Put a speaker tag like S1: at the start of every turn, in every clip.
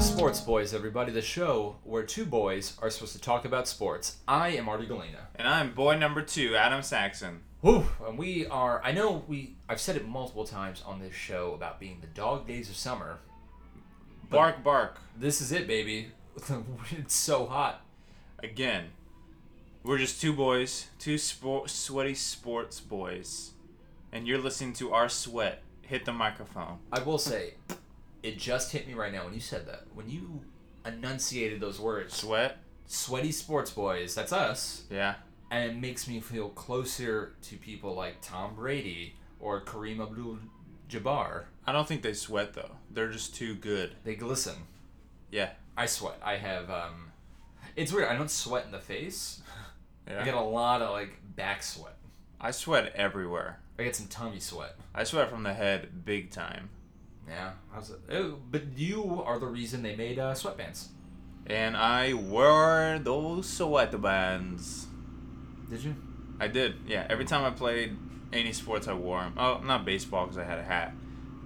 S1: Sports Boys, everybody, the show where two boys are supposed to talk about sports. I am Artie Galena.
S2: And I'm boy number two, Adam Saxon.
S1: Whew, and we are, I know we, I've said it multiple times on this show about being the dog days of summer. But-
S2: Bark, bark.
S1: This is it, baby. it's so hot.
S2: Again, we're just two boys, two spo- sweaty sports boys. And you're listening to our sweat hit the microphone.
S1: I will say, it just hit me right now when you said that. When you enunciated those words,
S2: Sweat?
S1: sweaty sports boys, that's us,
S2: Yeah.
S1: and it makes me feel closer to people like Tom Brady or Kareem Abdul Jabbar.
S2: I don't think they sweat, though. They're just too good.
S1: They glisten.
S2: Yeah.
S1: I sweat. I have um it's weird, I don't sweat in the face. I get a
S2: yeah.
S1: lot of like back sweat.
S2: I sweat everywhere.
S1: I get some tummy sweat.
S2: I sweat from the head big time.
S1: Yeah. How's it? Oh, but you are the reason they made uh, sweatbands.
S2: And I wore those sweat bands.
S1: Did you?
S2: I did. Yeah, every time I played any sports, I wore them. Oh, not baseball because I had a hat,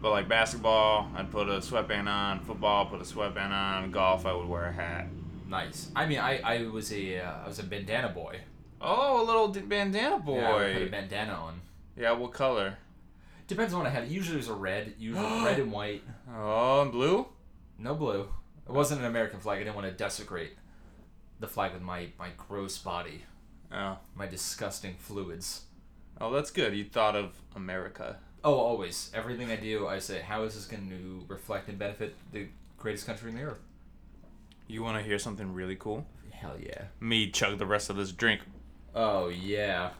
S2: but like basketball, I'd put a sweatband on. Football, put a sweatband on. Golf, I would wear a hat.
S1: Nice. I mean, I, I was a uh, I was a bandana boy.
S2: Oh, a little d- bandana
S1: Yeah, I would put a
S2: boy. Yeah,
S1: bandana on.
S2: what color?
S1: Depends on what I had. Usually it was a red. Usually red and white.
S2: Oh, and blue.
S1: No blue. It wasn't an American flag. I didn't want to desecrate the flag with my my gross body,
S2: Oh,
S1: my disgusting fluids.
S2: oh, that's good. You thought of America.
S1: Oh, always. Everything I do, I say, how is this going to reflect and benefit the greatest country on the earth?
S2: You want to hear something really cool?
S1: Hell yeah.
S2: Me chug the rest of this drink.
S1: Oh, yeah.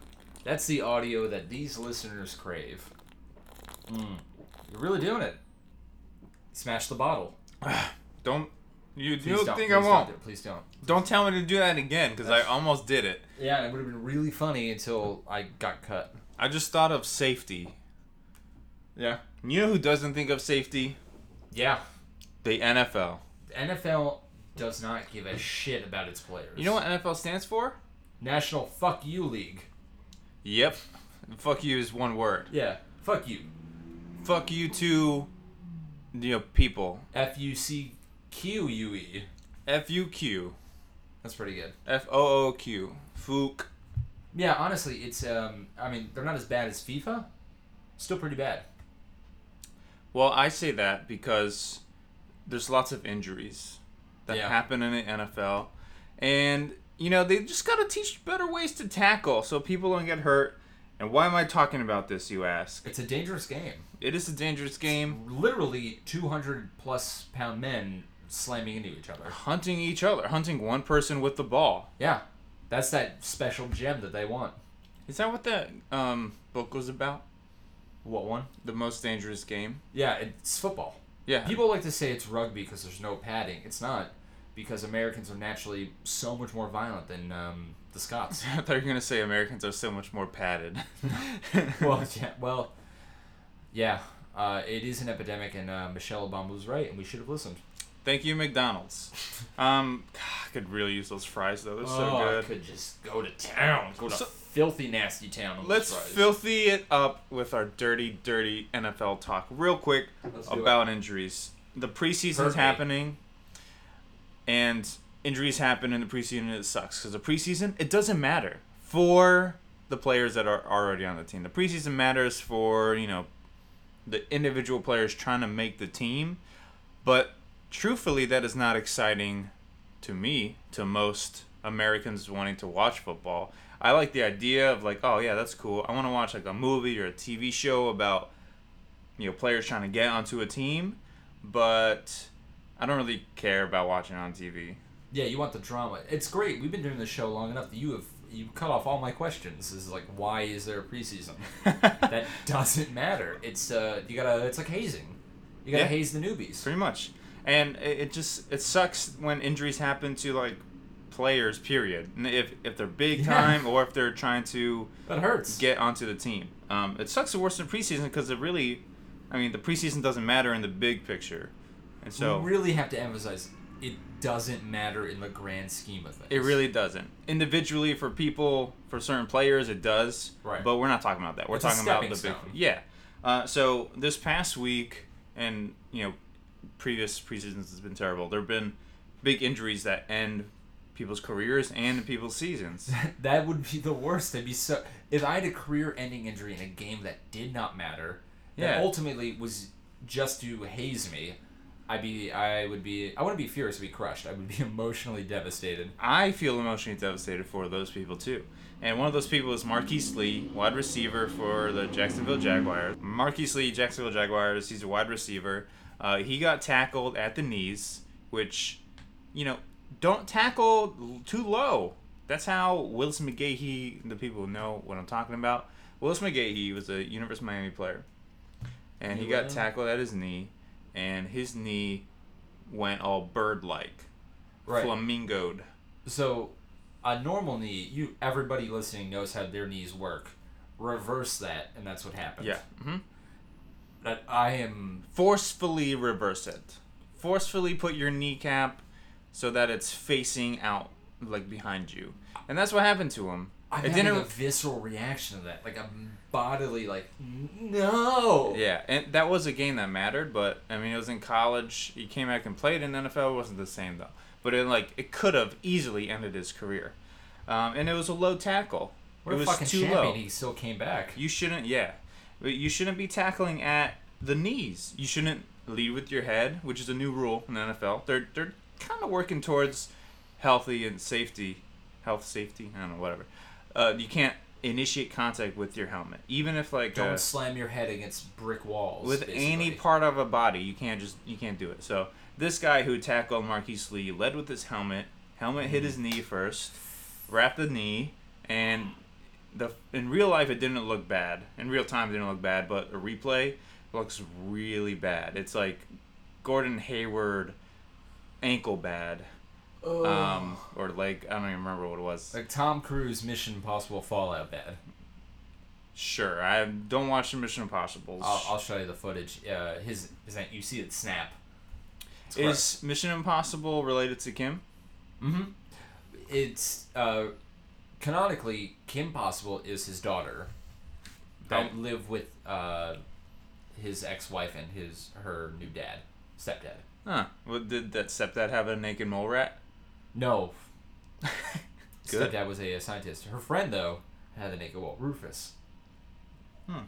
S1: That's the audio that these listeners crave. Mm. You're really doing it. Smash the bottle.
S2: Don't you?
S1: Please
S2: you
S1: don't.
S2: don't think
S1: please
S2: I
S1: don't
S2: won't?
S1: do it. Please don't.
S2: Don't tell me to do that again because I almost did it.
S1: Yeah, it would have been really funny until I got cut.
S2: I just thought of safety.
S1: Yeah.
S2: You know who doesn't think of safety?
S1: Yeah.
S2: The NFL.
S1: The NFL does not give a shit about its players.
S2: You know what NFL stands for?
S1: National Fuck You League.
S2: Yep. Fuck you is one word.
S1: Yeah. Fuck you.
S2: Fuck you to you know people.
S1: F U C Q U E.
S2: F U Q.
S1: That's pretty good.
S2: F O O Q. Fook.
S1: Yeah, honestly, it's um. I mean, they're not as bad as FIFA. Still pretty bad.
S2: Well, I say that because there's lots of injuries that
S1: Yeah.
S2: happen in the NFL. And you know, they just gotta teach better ways to tackle so people don't get hurt. And why am I talking about this, you ask?
S1: It's a dangerous game.
S2: It is a dangerous game.
S1: Literally, two hundred plus pound men slamming into each other.
S2: Hunting each other, hunting one person with the ball.
S1: Yeah, that's that special gem that they want.
S2: Is that what that um, book was about?
S1: What one?
S2: The most dangerous game?
S1: Yeah, it's football.
S2: Yeah.
S1: People like to say it's rugby because there's no padding. It's not, because Americans are naturally so much more violent than um, the Scots.
S2: I thought you were going to say Americans are so much more padded.
S1: well, yeah, well, yeah. Uh, it is an epidemic, and uh, Michelle Obama was right, and we should have listened.
S2: Thank you, McDonald's. Um, I could really use those fries, though. They're so
S1: Oh, I
S2: good.
S1: could just go to town. Go to
S2: So-
S1: filthy, nasty town. on
S2: Let's
S1: those fries.
S2: filthy it up with our dirty, dirty NFL talk real quick
S1: Let's do
S2: about injuries. The preseason's
S1: Hurt me.
S2: happening, and injuries happen in the preseason, and it sucks because the preseason it doesn't matter for the players that are already on the team. The preseason matters for you know the individual players trying to make the team, but truthfully, that is not exciting to me, to most Americans wanting to watch football. I like the idea of like, oh yeah, that's cool. I want to watch like a movie or a TV show about you know players trying to get onto a team, but I don't really care about watching on TV.
S1: Yeah, you want the drama. It's great. We've been doing this show long enough that you have you cut off all my questions. This is like, why is there a preseason? that doesn't matter. It's uh, you gotta. It's like hazing. You gotta
S2: Yeah.
S1: haze the newbies.
S2: Pretty much, and it, it just it sucks when injuries happen to like players. Period. And If if they're big
S1: Yeah.
S2: time or if they're trying to
S1: That hurts.
S2: get onto the team. Um, it sucks the worst in preseason because it really, I mean, the preseason doesn't matter in the big picture, and so
S1: we really have to emphasize it doesn't matter in the grand scheme of things.
S2: it really doesn't. Individually for people, for certain players, it does.
S1: Right.
S2: But we're not talking about that. We're
S1: It's a
S2: talking about the
S1: stepping
S2: big.
S1: stone.
S2: Yeah. Uh, so this past week, and you know, previous preseasons has been terrible. There have been big injuries that end people's careers and people's seasons.
S1: that would be the worst. That'd be so. If I had a career-ending injury in a game that did not matter, that
S2: Yeah.
S1: ultimately was just to haze me, I'd be. I would be. I wouldn't be furious. I'd be crushed. I would be emotionally devastated.
S2: I feel emotionally devastated for those people too. And one of those people is Marquise Lee, wide receiver for the Jacksonville Jaguars. Marquise Lee, Jacksonville Jaguars, he's a wide receiver. Uh, he got tackled at the knees, which, you know, don't tackle l- too low. That's how Willis McGahee, the people who know what I'm talking about, Willis McGahee was a University of Miami player. And he got
S1: Yeah.
S2: tackled at his knee, and his knee went all bird like,
S1: Right.
S2: flamingoed.
S1: So, a normal knee. You. Everybody listening knows how their knees work. Reverse that, and that's what happens.
S2: Yeah. hmm
S1: That I am.
S2: Forcefully reverse it. Forcefully put your kneecap so that it's facing out, like behind you. And that's what happened to him.
S1: I'm
S2: it
S1: having
S2: didn't.
S1: a visceral reaction to that, like a bodily, like no.
S2: yeah, and that was a game that mattered, but I mean, it was in college. He came back and played in the NFL. It wasn't the same though. But it like it could have easily ended his career. Um, and it was a low tackle.
S1: What
S2: it
S1: a
S2: was
S1: fucking
S2: too
S1: champion!
S2: low.
S1: He still came back.
S2: You shouldn't, yeah. But you shouldn't be tackling at the knees. You shouldn't lead with your head, which is a new rule in the NFL. They're they're kind of working towards healthy and safety, health safety. I don't know, whatever. Uh, you can't initiate contact with your helmet, even if like
S1: Don't
S2: uh,
S1: slam your head against brick walls.
S2: with
S1: basically.
S2: any part of a body. You can't just you can't do it. So this guy who tackled Marquise Lee led with his helmet. Helmet
S1: Mm-hmm.
S2: hit his knee first, wrapped the knee, and the in real life it didn't look bad. In real time it didn't look bad, but a replay looks really bad. It's like Gordon Hayward ankle bad,
S1: Ugh.
S2: um, or leg. I don't even remember what it was.
S1: like Tom Cruise Mission Impossible Fallout bad.
S2: sure, I don't watch the Mission Impossible.
S1: I'll, I'll show you the footage. Uh, his, his you see it snap. It's gross.
S2: Is Mission Impossible related to Kim?
S1: Mhm. It's uh, canonically Kim Possible is his daughter. That
S2: Right.
S1: live with uh, his ex-wife and his her new dad, stepdad.
S2: Huh. Well, did that stepdad have a naked mole rat?
S1: No,
S2: Good.
S1: stepdad was a, uh, scientist. Her friend though had the naked wolf, Rufus.
S2: Hmm.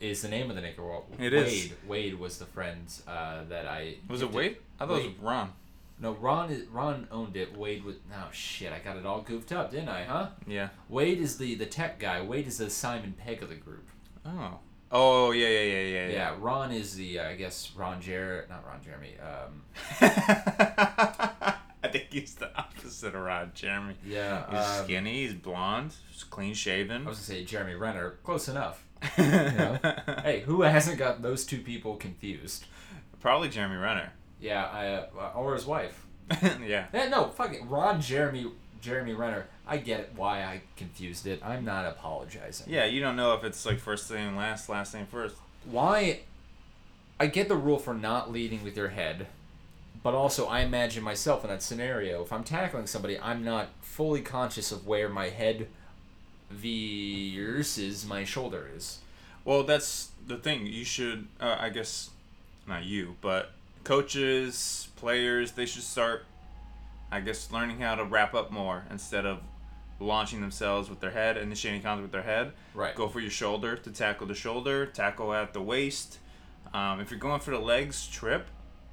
S1: Is the name of the naked wolf? Wade.
S2: It is.
S1: Wade was the friend uh, that I
S2: Was it Wade? I thought it was
S1: Wade.
S2: Ron.
S1: No, Ron. is- Ron owned it. Wade was. Oh shit! I got it all goofed up, didn't I? Huh?
S2: Yeah.
S1: Wade is the the tech guy. Wade is the Simon Pegg of the group.
S2: Oh. Oh yeah yeah yeah yeah
S1: Yeah, Ron is the uh, I guess Ron Jer not Ron Jeremy. Um,
S2: I think he's the opposite of Rod Jeremy.
S1: yeah,
S2: He's
S1: um,
S2: skinny. He's blonde. He's clean shaven.
S1: I was gonna say Jeremy Renner. Close enough. know? Hey, who hasn't got those two people confused?
S2: Probably Jeremy Renner.
S1: Yeah, I, uh, or his wife.
S2: yeah.
S1: Eh, no, fuck it. Ron Jeremy Jeremy Renner. I get it why I confused it. I'm not apologizing.
S2: Yeah. You don't know if it's like first name last, last name first.
S1: Why? I get the rule for not leading with your head, but also I imagine myself in that scenario. If I'm tackling somebody, I'm not fully conscious of where my head versus my shoulder is.
S2: Well, that's the thing. You should, uh, I guess, not you, but coaches, players, they should start, I guess, learning how to wrap up more instead of launching themselves with their head, initiating contact with their head.
S1: Right.
S2: Go for your shoulder to tackle the shoulder, tackle at the waist. Um, if you're going for the legs, trip.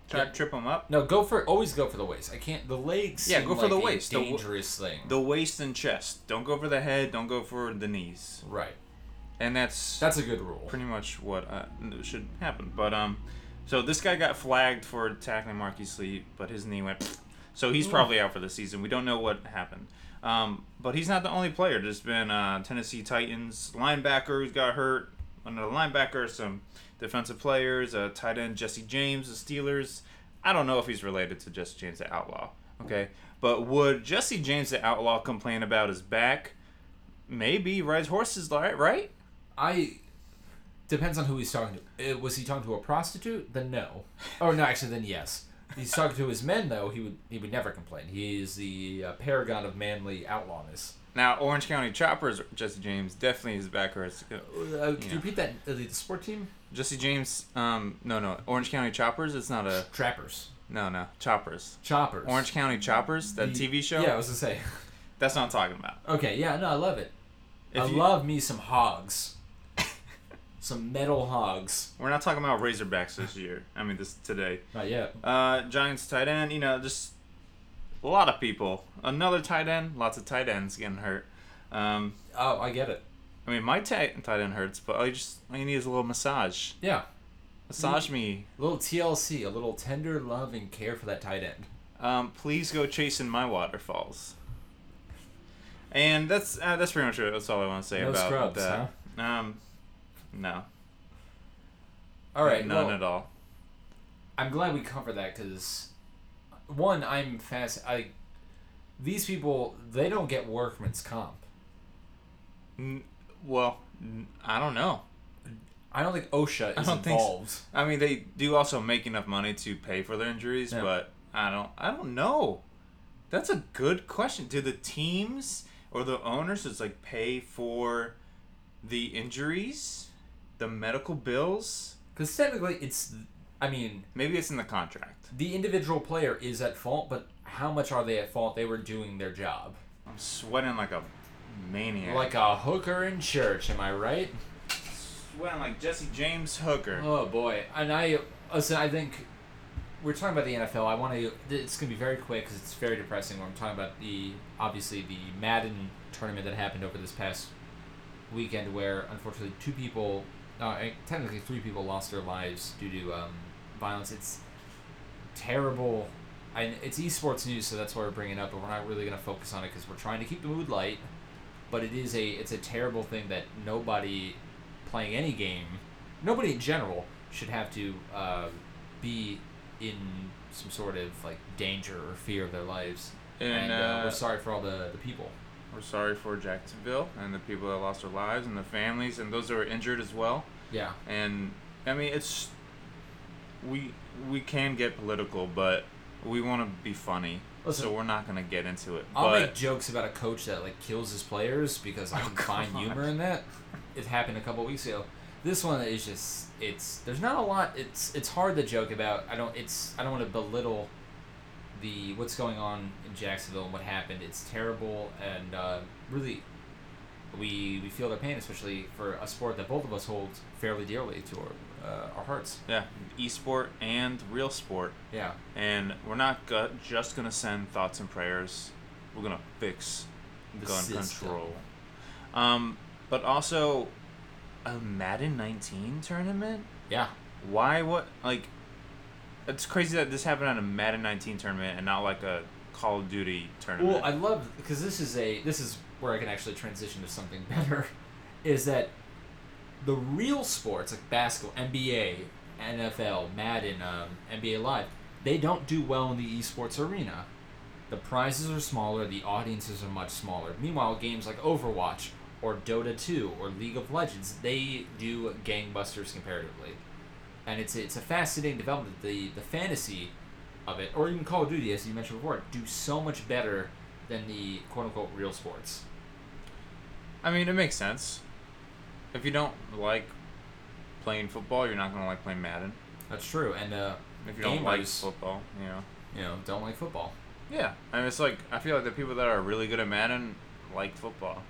S2: Try
S1: Yeah.
S2: to trip them up.
S1: No, go for always go for the waist. I can't. The legs.
S2: Yeah,
S1: seem
S2: go for
S1: like
S2: the
S1: a
S2: waist. The wa-
S1: Dangerous thing.
S2: The waist and chest. Don't go for the head. Don't go for the knees.
S1: right.
S2: And that's
S1: That's a good rule.
S2: pretty much what uh, should happen. But um, so this guy got flagged for tackling Marquise Lee, but his knee went. So he's probably out for the season. We don't know what happened. Um, but he's not the only player. There's been uh, Tennessee Titans linebacker who's got hurt. Another linebacker, some defensive players, uh, tight end Jesse James, the Steelers. I don't know if he's related to Jesse James the Outlaw. Okay, but would Jesse James the Outlaw complain about his back? Maybe rides horses, right? Right?
S1: I depends on who he's talking to. Uh, was he talking to a prostitute? Then no. Oh no, actually, then yes. he's talking to his men though, he would he would never complain. He is the uh, paragon of manly outlawness.
S2: Now, Orange County Choppers, Jesse James, definitely is back. Or
S1: Uh, could
S2: Yeah.
S1: you repeat that? Uh, the sport team?
S2: Jesse James, um, no, no, Orange County Choppers. It's not a
S1: Trappers.
S2: no, no, Choppers.
S1: Choppers.
S2: Orange County Choppers, that
S1: The-
S2: TV show.
S1: Yeah, I was gonna say.
S2: that's not talking about.
S1: Okay, yeah, no, I love it. I
S2: If you-
S1: love me some hogs. some metal hogs.
S2: We're not talking about Razorbacks this year. I mean, this today.
S1: Not yet.
S2: Uh, Giants tight end, you know, just a lot of people. Another tight end, lots of tight ends getting hurt. Um,
S1: Oh, I get it.
S2: I mean, my tight tight end hurts, but all you just all you need is a little massage.
S1: Yeah.
S2: Massage me.
S1: A little TLC, a little tender love and care for that tight end.
S2: Um, please go chasing my waterfalls. And that's uh, that's pretty much it. That's all I want to say
S1: No
S2: about
S1: scrubs,
S2: that. Um, no,
S1: All right.
S2: none
S1: well,
S2: at all.
S1: I'm glad we covered that because one, I'm fast. I these people they don't get workman's comp.
S2: N- well, n- I don't know.
S1: I don't think OSHA
S2: I
S1: is
S2: don't think so.
S1: involved.
S2: I mean, they do also make enough money to pay for their injuries,
S1: Yeah.
S2: but I don't. I don't know. That's a good question. Do the teams or the owners just like pay for the injuries, the medical bills?
S1: Because technically, it's I mean
S2: Maybe it's in the contract.
S1: the individual player is at fault, but how much are they at fault? They were doing their job,
S2: I'm sweating like a maniac.
S1: like a hooker in church. Am I right?
S2: sweating like Jesse James Hooker.
S1: Oh boy, and I listen. I think we're talking about the NFL. I want to. It's gonna be very quick because it's very depressing. When I'm talking about the obviously the Madden tournament that happened over this past weekend, where unfortunately two people, uh, eh, technically three people, lost their lives due to um, violence. It's terrible. And it's esports news, so that's why we're bringing it up. But we're not really gonna focus on it because we're trying to keep the mood light. But it is a it's a terrible thing that nobody playing any game nobody in general should have to uh, be in some sort of like danger or fear of their lives.
S2: And,
S1: And, uh,
S2: uh,
S1: we're sorry for all the, the people.
S2: we're sorry for Jacksonville and the people that lost their lives and the families and those that were injured as well.
S1: Yeah.
S2: and I mean it's we we can get political, but we want to be funny,
S1: Listen.
S2: so we're not gonna get into it.
S1: I'll
S2: but
S1: make jokes about a coach that like kills his players because I
S2: Oh,
S1: can find
S2: God.
S1: humor in that. It happened a couple weeks ago. This one is just it's there's not a lot it's it's hard to joke about. I don't it's I don't want to belittle the what's going on in Jacksonville and what happened. It's terrible and uh, really we we feel their pain, especially for a sport that both of us hold fairly dearly to our uh, our hearts.
S2: yeah, e-sport and real sport,
S1: Yeah.
S2: and we're not go- just gonna send thoughts and prayers. We're gonna fix
S1: The
S2: gun
S1: system.
S2: control. Um, but also a Madden 19 tournament.
S1: Yeah.
S2: Why? What? Like, it's crazy that this happened at a Madden 19 tournament and not like a Call of Duty tournament.
S1: Well, I love because this is a this is where I can actually transition to something better, is that the real sports like basketball, NBA, NFL, Madden, um, NBA Live, they don't do well in the esports arena. The prizes are smaller, the audiences are much smaller. Meanwhile, games like Overwatch or Dota 2 or League of Legends, they do gangbusters comparatively. And it's it's a fascinating development. The the fantasy of it, or even Call of Duty, as you mentioned before, do so much better than the quote unquote real sports.
S2: I mean, it makes sense. If you don't like playing football, you're not gonna like playing Madden.
S1: That's true. And uh,
S2: If you don't like
S1: Gamers.
S2: football, you know.
S1: you know, don't like football.
S2: Yeah, I mean, it's like I feel like the people that are really good at Madden like football.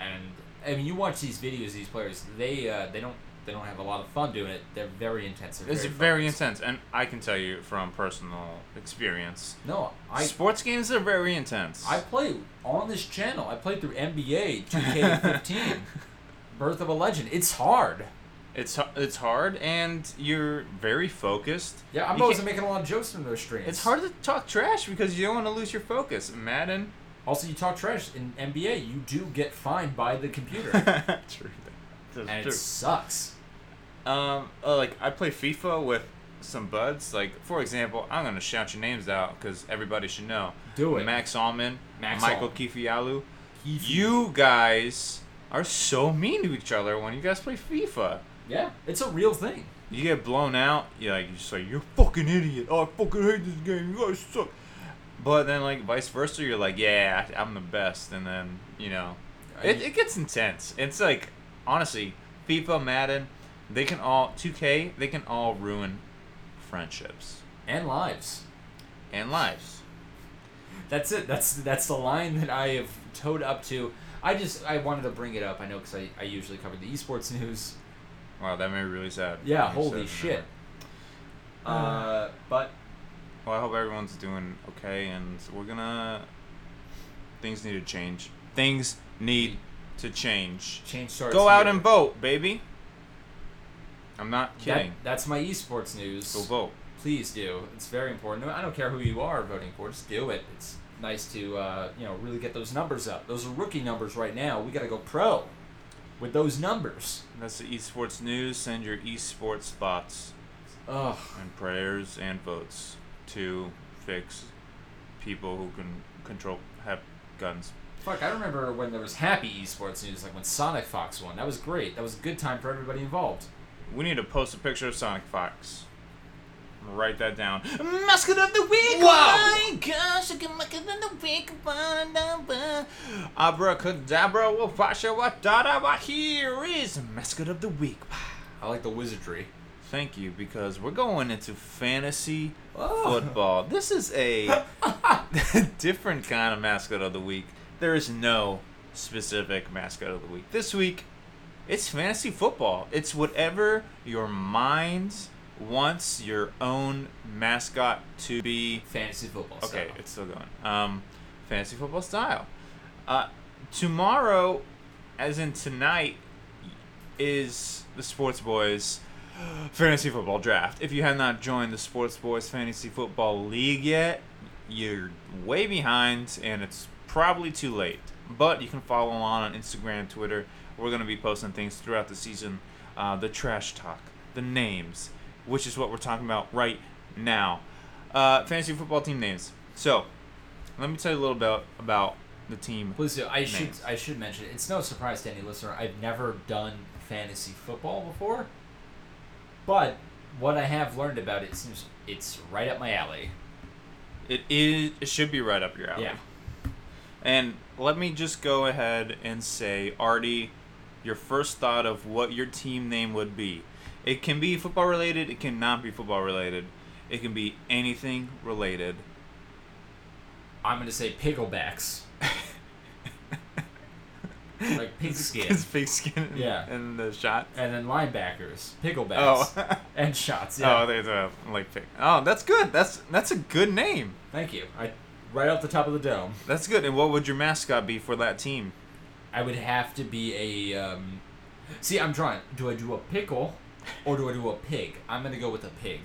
S1: And I mean, you watch these videos; these players, they uh, they don't they don't have a lot of fun doing it. They're very intense. They're
S2: It's
S1: very,
S2: very
S1: focused.
S2: intense, and I can tell you from personal experience,
S1: No, I
S2: sports games are very intense.
S1: I play on this channel. I played through NBA 2K15, Birth of a Legend. It's hard.
S2: It's h- it's hard, and you're very focused.
S1: Yeah, I'm
S2: You
S1: always
S2: can't-
S1: making a lot of jokes in those streams.
S2: It's hard to talk trash because you don't want to lose your focus. Madden.
S1: Also, you talk trash in NBA. You do get fined by the computer,
S2: true.
S1: and
S2: That's
S1: it sucks.
S2: Um, uh, like I play FIFA with some buds. Like for example, I'm gonna shout your names out because everybody should know.
S1: Do it.
S2: Max Allman,
S1: Max
S2: Michael
S1: Allman.
S2: Kifialu. You guys are so mean to each other when you guys play FIFA.
S1: Yeah, it's a real thing.
S2: you get blown out, you're like you're just like you're a fucking idiot. Oh, I fucking hate this game. You guys suck. But then like vice versa, you're like yeah, I- I'm the best. And then you know,
S1: I-
S2: it, it gets intense. It's like honestly, FIFA, Madden, they can all 2K, they can all ruin friendships
S1: and lives.
S2: and lives.
S1: That's it. That's that's the line that I have towed up to. I just I wanted to bring it up. I know because I, I usually cover the esports news.
S2: Wow, that made me really sad.
S1: Yeah,
S2: Really sad
S1: holy
S2: and
S1: shit.
S2: everything.
S1: Uh, but
S2: Well, I hope everyone's doing okay, and we're gonna. Things need to change. Things need to change.
S1: change starts.
S2: Go out
S1: here.
S2: and vote, baby. I'm not
S1: That-
S2: kidding.
S1: that's my esports news.
S2: Go vote.
S1: Please do. It's very important. I don't care who you are voting for. Just do it. It's nice to uh, you know really get those numbers up. Those are rookie numbers right now. We got to go pro with those numbers.
S2: That's the esports news. Send your esports thoughts
S1: Ugh.
S2: and prayers and votes to fix people who can control have guns.
S1: Fuck, I remember when there was happy esports news, like when Sonic Fox won. That was great. That was a good time for everybody involved.
S2: We need to post a picture of Sonic Fox. Write that down. Mascot of the week.
S1: Wow.
S2: Oh my gosh, I can make it in the week. Abracadabra, wafasha, wadada, wa here is mascot of the week.
S1: I like the wizardry.
S2: Thank you, because we're going into fantasy
S1: Oh.
S2: football. This is a different kind of mascot of the week. There is no specific mascot of the week. This week, it's fantasy football. It's whatever your mind wants your own mascot to be.
S1: Fantasy football.
S2: Okay,
S1: style.
S2: it's still going. Um, fantasy football style. Uh, tomorrow, as in tonight, is the Sports Boys fantasy football draft. If you have not joined the Sports Boys Fantasy Football League yet, you're way behind, and it's probably too late. But you can follow on on Instagram, Twitter. We're gonna be posting things throughout the season. Uh, the trash talk, the names, which is what we're talking about right now. Uh, fantasy football team names. So, let me tell you a little bit about the team.
S1: Please do. I should.
S2: Names.
S1: I should mention. It's no surprise to any listener. I've never done fantasy football before, but what I have learned about it seems it's right up my alley.
S2: It is. It should be right up your alley.
S1: Yeah.
S2: And let me just go ahead and say, Artie, your first thought of what your team name would be. It can be football related, it cannot be football related. It can be anything related.
S1: I'm gonna say picklebacks. like pigskin.
S2: It's big skin and,
S1: Yeah.
S2: and the shot.
S1: And then linebackers, picklebacks,
S2: Oh.
S1: and shots. Yeah.
S2: Oh, there's a like pick. Oh, that's good. That's that's a good name.
S1: Thank you. I right off the top of the dome.
S2: That's good. And what would your mascot be for that team?
S1: I would have to be a. Um, see, I'm trying. Do I do a pickle, or do I do a pig? I'm gonna go with a pig,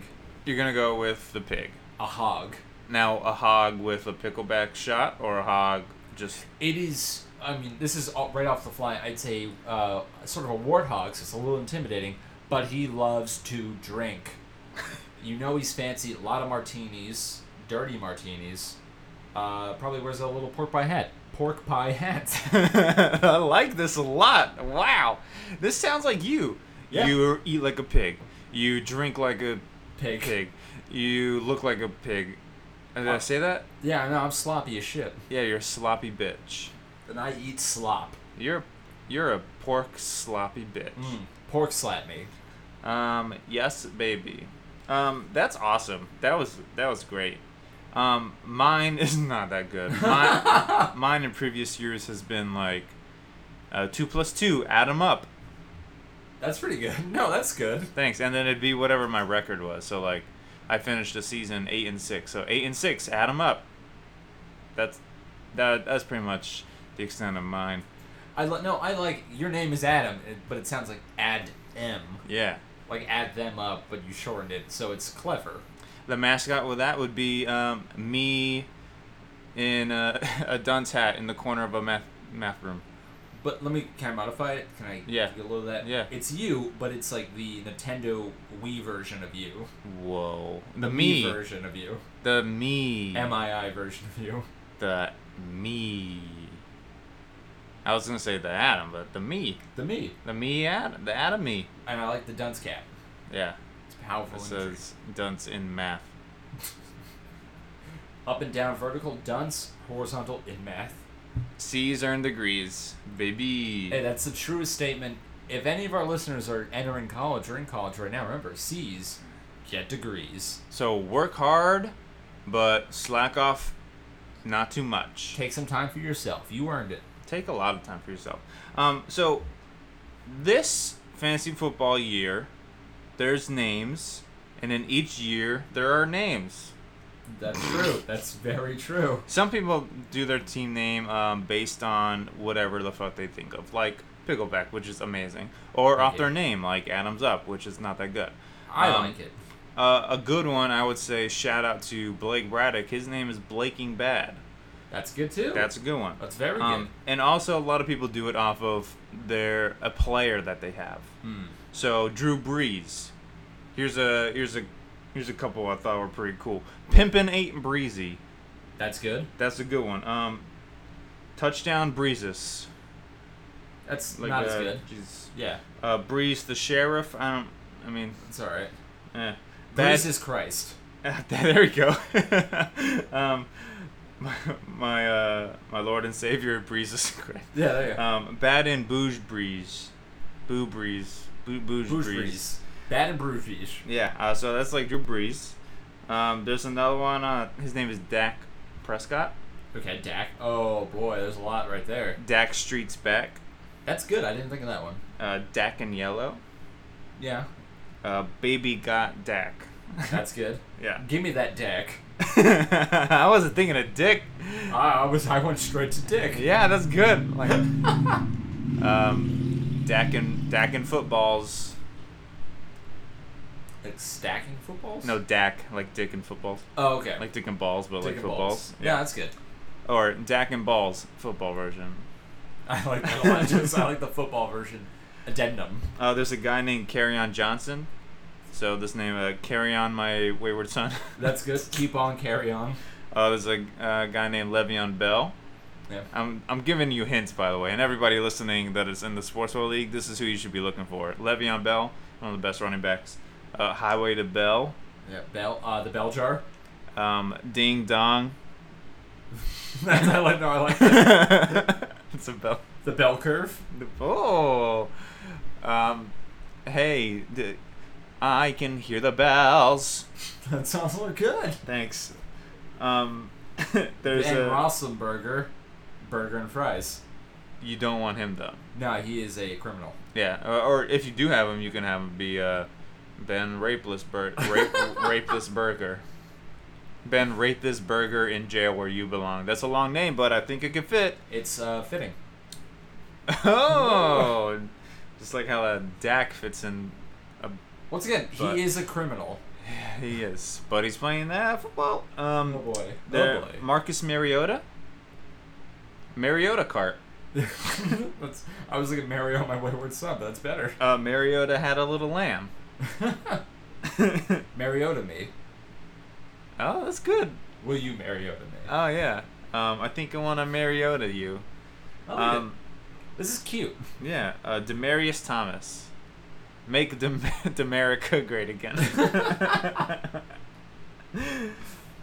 S2: You're gonna go with the pig.
S1: a hog.
S2: Now, a hog with a pickleback shot, or a hog just
S1: It is. I mean, this is all, right off the fly. I'd say uh, sort of a warthog, so it's a little intimidating. But he loves to drink. You know he's fancy. A lot of martinis, dirty martinis. Uh, probably wears a little pork pie hat. Pork pie hat.
S2: I like this a lot. Wow. This sounds like you.
S1: Yeah.
S2: You eat like a pig. You drink like a
S1: Pig.
S2: pig. You look like a pig. Uh, Did I
S1: Uh,
S2: say that?
S1: Yeah, I know. I'm sloppy as shit.
S2: Yeah, you're a sloppy bitch.
S1: And I eat slop.
S2: You're you're a pork sloppy bitch.
S1: Mm, pork slap me.
S2: Um yes, baby. Um that's awesome. That was that was great. Um mine is not that good. Mine, mine in previous years has been like uh, 2 plus 2, add 'em up.
S1: That's pretty good. No, that's good.
S2: Thanks. And then it'd be whatever my record was. So like, I finished the season eight and six. So eight and six, add 'em up. That's that. That's pretty much the extent of mine.
S1: I li- no, I like your name is Adam, it- but it sounds like add M,
S2: Yeah.
S1: like add them up, but you shortened it, so it's clever.
S2: The mascot with that would be um, me in a, a dunce hat in the corner of a math math room.
S1: But let me can I modify it? Can I
S2: Yeah.
S1: get a little of that?
S2: Yeah.
S1: It's you, but it's like the Nintendo Wii version of you,
S2: Whoa. The,
S1: Wii
S2: me.
S1: version of you,
S2: The me.
S1: MII version of you.
S2: The me. I was gonna say the Adam, but the me.
S1: The me,
S2: The me Adam. The Adam me.
S1: and I like the dunce cap.
S2: Yeah.
S1: powerful
S2: It
S1: imagery.
S2: says dunce in math.
S1: Up and down, vertical, dunce, horizontal, in math.
S2: C's are in degrees, baby.
S1: Hey, that's the truest statement. If any of our listeners are entering college or in college right now, remember, C's get degrees.
S2: So work hard, but slack off not too much.
S1: Take some time for yourself. You earned it.
S2: Take a lot of time for yourself. Um, so this fantasy football year, there's names, and in each year there are names.
S1: That's true. that's very true.
S2: Some people do their team name um, based on whatever the fuck they think of, like Pickleback, which is amazing, or off their name, like Adam's Up, which is not that good.
S1: I
S2: Um,
S1: like it.
S2: Uh, a good one, I would say, shout out to Blake Braddock. His name is Blaking Bad.
S1: That's good too.
S2: That's a good one.
S1: That's very
S2: Um, and also, a lot of people do it off of their a player that they have.
S1: good. Hmm.
S2: So Drew Brees. Here's a here's a here's a couple I thought were pretty cool. Pimpin' eight breezy.
S1: That's good.
S2: That's a good one. Um, touchdown Breezes.
S1: That's not as
S2: uh,
S1: good.
S2: jeez.
S1: Yeah,
S2: Uh, Breeze the sheriff. I don't. I mean,
S1: it's all right.
S2: eh. Bad-
S1: Breeze is Christ.
S2: there we go. um, my my, uh, my Lord and Savior Breezes.
S1: Yeah, there you go.
S2: Um, bad and bouge breeze, boo breeze, boo bouge
S1: Bruce
S2: breeze.
S1: Breeze. Bad and Bruce Breeze.
S2: Yeah. Uh, so that's like Drew Brees. Um, there's another one. Uh, his name is Dak Prescott.
S1: Okay, Dak. Oh boy, there's a lot right there.
S2: Dak Streets back.
S1: That's good. I didn't think of that one.
S2: Uh, Dak and yellow.
S1: Yeah,
S2: Uh, baby got Dak.
S1: that's good.
S2: yeah.
S1: Give me that Dak.
S2: I wasn't thinking of Dick.
S1: I, I was. I went straight to Dick.
S2: Yeah, that's good. Like, um, Dak and Dak and footballs.
S1: Like stacking footballs.
S2: No, Dak like Dick and footballs,
S1: Oh, okay.
S2: like Dick and balls, but like
S1: Dick and
S2: footballs.
S1: Yeah. that's good.
S2: or Dak and balls football version.
S1: I like that a lot. Just- I like the football version. Addendum.
S2: Uh, there's a guy named Carrion Johnson. So this name, uh, Carrion, my wayward son.
S1: That's good. Keep on, carry on.
S2: Uh, there's a uh, guy named Le'Veon Bell.
S1: Yeah.
S2: I'm I'm giving you hints by the way, and everybody listening that is in the sports world league, this is who you should be looking for. Le'Veon Bell, one of the best running backs. Uh, Highway to Bell.
S1: Yeah. Bell. Uh, the bell jar.
S2: Um, ding dong.
S1: That's, I like. No, I like that.
S2: it's a bell.
S1: the bell curve.
S2: Oh. Um, hey, d- I can hear the bells.
S1: That sounds look good.
S2: Thanks. Um, there's
S1: and
S2: a.
S1: Rossenberger, burger and fries.
S2: You don't want him though.
S1: No, he is a criminal.
S2: Yeah, or, or if you do have him, you can have him be uh, Ben Rapeless Bur- rape, Rapeless Burger. Ben Rape this burger in jail where you belong. That's a long name, but I think it could fit.
S1: It's uh, fitting.
S2: Oh, just like how a Dak fits in. A,
S1: Once again,
S2: But-
S1: he is a criminal.
S2: he is, but he's playing that football. Um,
S1: Oh boy.
S2: there-
S1: oh boy.
S2: Marcus Mariota. Mariota cart.
S1: that's, I was looking at Mario on my wayward son, but that's better.
S2: Uh, Mariota had a little lamb.
S1: Mariota me.
S2: Oh, that's good.
S1: Will you Mariota me?
S2: Oh yeah. Um, I think I want to Mariota you.
S1: I like
S2: Um,
S1: it. This is cute.
S2: yeah. Uh, Demarius Thomas. Make Dem- Demerica great again.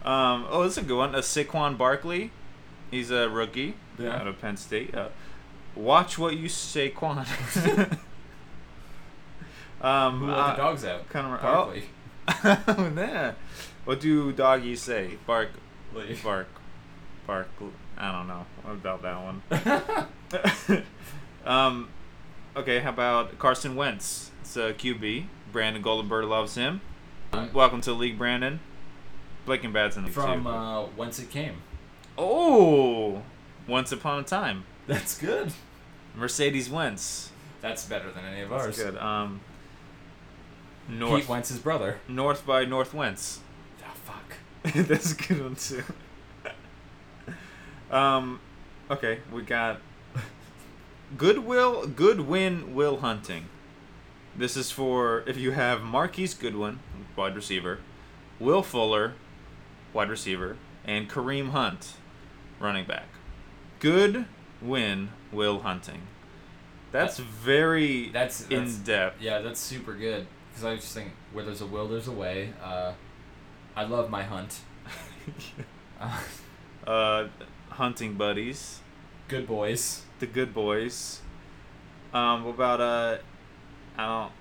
S2: um, oh, that's a good one. A Saquon Barkley. He's a rookie
S1: Yeah.
S2: out of Penn State. Uh, watch what you say, Quan. um,
S1: Who
S2: uh,
S1: let the dogs out?
S2: kind of.
S1: Barkley.
S2: Oh, yeah. What do doggies say? Bark,
S1: Like-
S2: bark, bark. I don't know about that one. um, okay, how about Carson Wentz? It's a QB. Brandon Goldenberg loves him. Welcome to the league, Brandon. Blake and Bad's in the league,
S1: From
S2: too.
S1: uh, whence it came.
S2: oh, once upon a time,
S1: That's good.
S2: Mercedes Wentz.
S1: That's better than any of ours.
S2: That's good. Um,
S1: Pete
S2: north, Ah,
S1: Wentz's brother.
S2: north by North Wentz.
S1: Oh, fuck.
S2: That's a good one too. um, okay, we got Goodwill Goodwin Will Hunting. This is for if you have Marquise Goodwin, wide receiver, Will Fuller, wide receiver, and Kareem Hunt, running back. Goodwin Will Hunting. That's very
S1: That's-
S2: in
S1: that's-
S2: depth.
S1: Yeah, that's super good. because I just think where there's a will, there's a way. Uh, I love my hunt. uh,
S2: Uh, hunting buddies,
S1: good boys.
S2: the good boys. Um, what about uh, I don't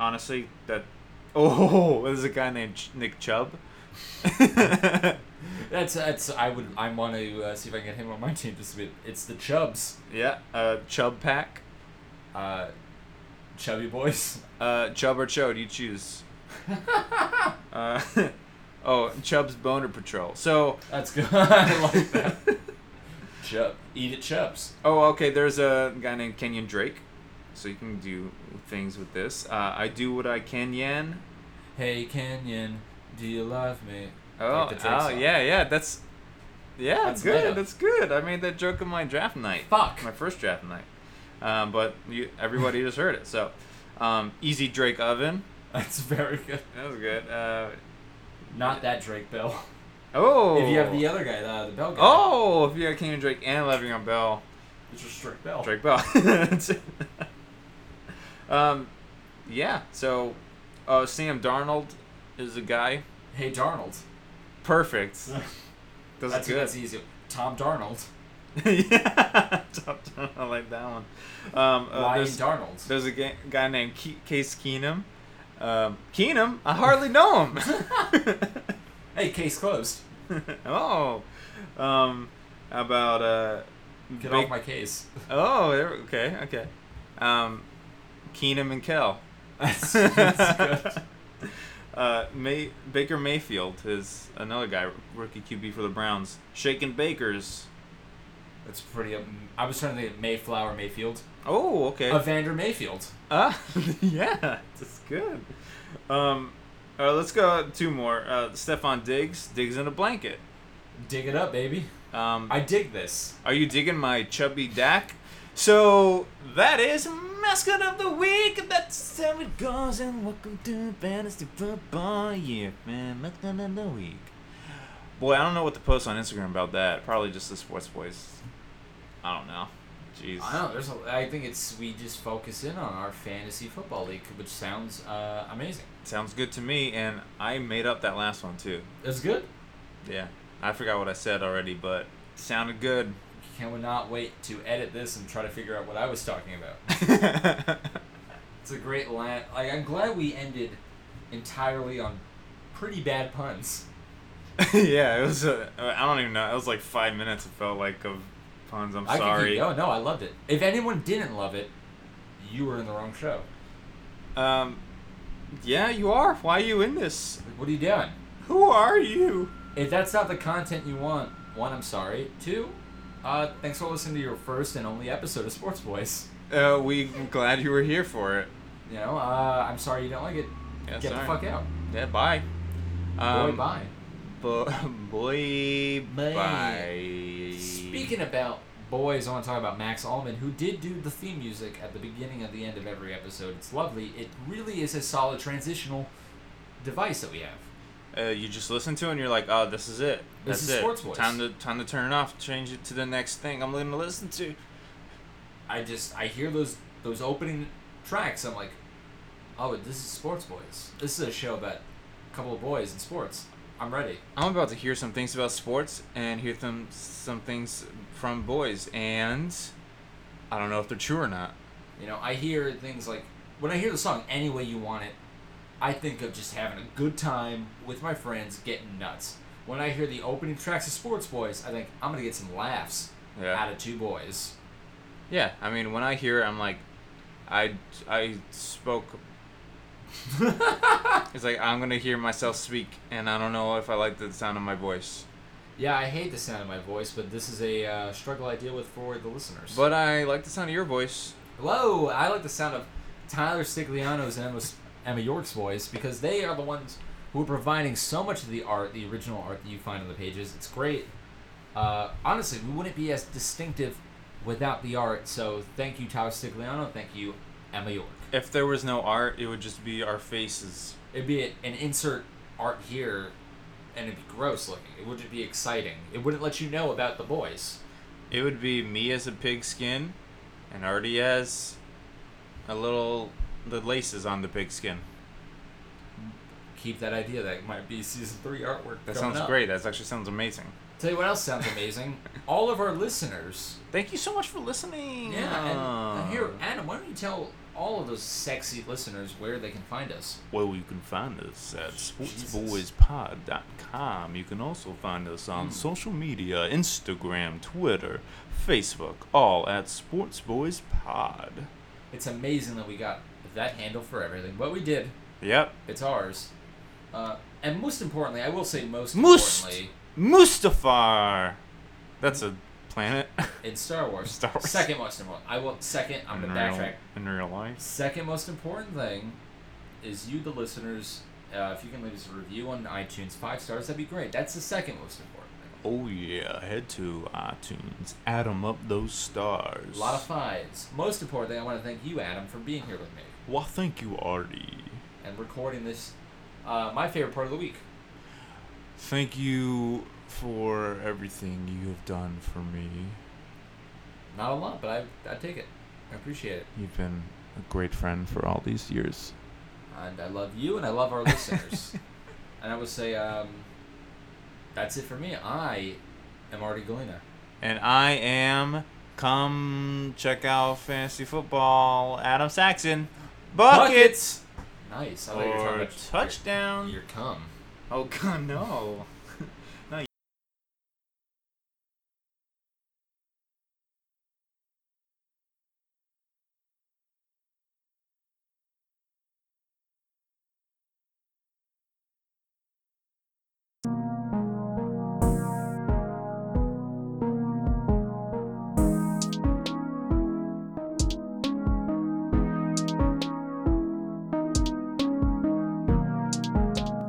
S2: honestly that. Oh, there's a guy named Ch- Nick Chubb.
S1: That's that's I would I want to uh, see if I can get him on my team. Just a bit. It's the Chubs,
S2: yeah, uh, Chubb pack.
S1: uh, chubby boys.
S2: Uh, Chubb or Chode, you choose. uh, oh, Chubb's Boner Patrol. So,
S1: That's good. I like that. Chub, eat it, Chubs.
S2: oh, okay, there's a guy named Kenyon Drake. So you can do things with this. Uh, I do what I can, Yan.
S1: Hey Kenyon, do you love me?
S2: Oh,
S1: Like the Drake
S2: oh
S1: song.
S2: yeah, yeah, that's... Yeah,
S1: That's
S2: that's good.
S1: meta.
S2: That's good. I made that joke in my draft night.
S1: Fuck.
S2: My first draft night. Um, but you, everybody just heard it. So, um, Easy Drake Oven.
S1: That's very good.
S2: That was good. Uh,
S1: Not that Drake Bell.
S2: oh.
S1: If you have the other guy, the, the Bell guy,
S2: Oh, if you got Kenyon Drake and Le'Veon Bell.
S1: it's just Drake Bell.
S2: Drake Bell. um, yeah. So, uh, Sam Darnold is a guy.
S1: Hey Darnold.
S2: Perfect. That's,
S1: That's
S2: good.
S1: that's easy. Tom Darnold.
S2: yeah, Top ten. I like that one. Um, uh,
S1: Ryan
S2: there's,
S1: Darnold.
S2: there's a ga- guy named Ke- Case Keenum. Um, Keenum, I hardly know him.
S1: Hey, case closed.
S2: oh, um, how about uh,
S1: Get
S2: Big-
S1: off my case.
S2: oh, there- okay, okay, um, Keenum and Kel.
S1: That's, that's good.
S2: Uh, May- Baker Mayfield is another guy, rookie QB for the Browns. Shaken Bakers.
S1: That's pretty. Um, I was trying to think of Mayflower Mayfield.
S2: Oh, okay.
S1: Evander Mayfield.
S2: Ah, yeah, that's good. Um, all right, let's go two more. Uh, Stefan Diggs, Diggs in a blanket.
S1: Dig it up, baby.
S2: Um,
S1: I dig this.
S2: are you digging my chubby Dak? So that is mascot of the week. That's how it goes. And welcome to fantasy football. Yeah, man, mascot of the week. Boy, I don't know what to post on Instagram about that. Probably just the sports boys. I don't know. Jeez.
S1: I don't know. There's. A, I think it's we just focus in on our fantasy football league, which sounds uh, amazing.
S2: Sounds good to me. And I made up that last one too.
S1: It's good.
S2: Yeah, I forgot what I said already, but sounded good.
S1: Can we not wait to edit this and try to figure out what I was talking about? It's a great line. Like, I'm glad we ended entirely on pretty bad puns.
S2: yeah, it was. I I don't even know. It was like five minutes. It felt like of puns. I'm
S1: I could keep
S2: sorry.
S1: going. No, I loved it. If anyone didn't love it, you were in the wrong show.
S2: Um, yeah, you are. Why are you in this?
S1: Like, What are you doing?
S2: Who are you?
S1: If that's not the content you want, one, I'm sorry. Two, uh, thanks for listening to your first and only episode of Sports Boys.
S2: Uh, we I'm glad you were here for it.
S1: You know, uh, I'm sorry you don't like it.
S2: Yeah,
S1: Get
S2: sorry.
S1: the fuck out.
S2: Yeah, bye.
S1: Boy,
S2: Um,
S1: bye.
S2: bo- boy,
S1: Bye.
S2: bye.
S1: Speaking about boys, I want to talk about Max Allman, who did do the theme music at the beginning of the end of every episode. It's lovely. It really is a solid transitional device that we have.
S2: uh, you just listen to it and you're like, oh, this is it.
S1: This
S2: That's
S1: is
S2: it.
S1: Sports Voice.
S2: Time to time to turn it off. Change it to the next thing I'm going to listen to.
S1: I just I hear those those opening tracks. I'm like, oh, this is Sports Boys. This is a show about a couple of boys in sports. I'm ready.
S2: I'm about to hear some things about sports and hear them some things from boys, and I don't know if they're true or not.
S1: You know, I hear things like when I hear the song "Any Way You Want It," I think of just having a good time with my friends, getting nuts. When I hear the opening tracks of Sports Boys, I think I'm gonna get some laughs
S2: Yeah.
S1: out of two boys.
S2: Yeah. I mean, when I hear it, I'm like, I I spoke. it's like I'm gonna hear myself speak, and I don't know if I like the sound of my voice,
S1: Yeah, I hate the sound of my voice, but this is a uh, struggle I deal with for the listeners.
S2: but I like the sound of your voice.
S1: Hello, I like the sound of Tyler Stigliano's and Emma, Emma York's voice because they are the ones who are providing so much of the art, the original art that you find on the pages. It's great. Uh, honestly, we wouldn't be as distinctive without the art. So thank you, Tyler Stigliano. Thank you, Emma York.
S2: If there was no art, it would just be our faces.
S1: It'd be a- an insert art here, and it'd be gross looking. It wouldn't be exciting. It wouldn't let you know about the boys.
S2: It would be me as a pigskin, and Artie as a little the laces on the pigskin.
S1: keep that idea. That might be season three artwork.
S2: That
S1: coming
S2: sounds
S1: up.
S2: great. That actually sounds amazing.
S1: Tell you what else sounds amazing. All of our listeners.
S2: Thank you so much for listening. Ah.
S1: Yeah. And, and here,
S2: Oh.
S1: Adam, why don't you tell all of those sexy listeners where they can find us?
S2: Well, you can find us at sportsboyspod.com. You can also find us on
S1: Hmm.
S2: social media Instagram, Twitter, Facebook, all at sportsboyspod.
S1: It's amazing that we got that handle for everything. What we did,
S2: Yep.
S1: it's ours. Uh, and most importantly, I will say most
S2: Most.
S1: importantly,
S2: Mustafar! That's a planet.
S1: in Star Wars,
S2: Star Wars.
S1: second most important. I will second. I'm
S2: in,
S1: gonna
S2: real,
S1: backtrack.
S2: in real life.
S1: Second most important thing is you, the listeners. Uh, if you can leave us a review on iTunes, five stars, that'd be great. That's the second most important thing.
S2: Oh, yeah. Head to iTunes. Add 'em up those stars.
S1: A lot of fives. Most importantly, I want to thank you, Adam, for being here with me
S2: Well, thank you, Artie.
S1: and recording this. Uh, my favorite part of the week.
S2: Thank you for everything you have done for me.
S1: Not a lot, but I I take it. I appreciate it,
S2: You've been a great friend for all these years.
S1: and I love you, and I love our listeners. And I would say, um, that's it for me. I am Artie Galena.
S2: And I am. Come check out fantasy football. Adam Saxon. Buckets!
S1: Nice. I thought you were talking
S2: Or
S1: about your-
S2: touchdown.
S1: Your cum.
S2: Oh, God, no.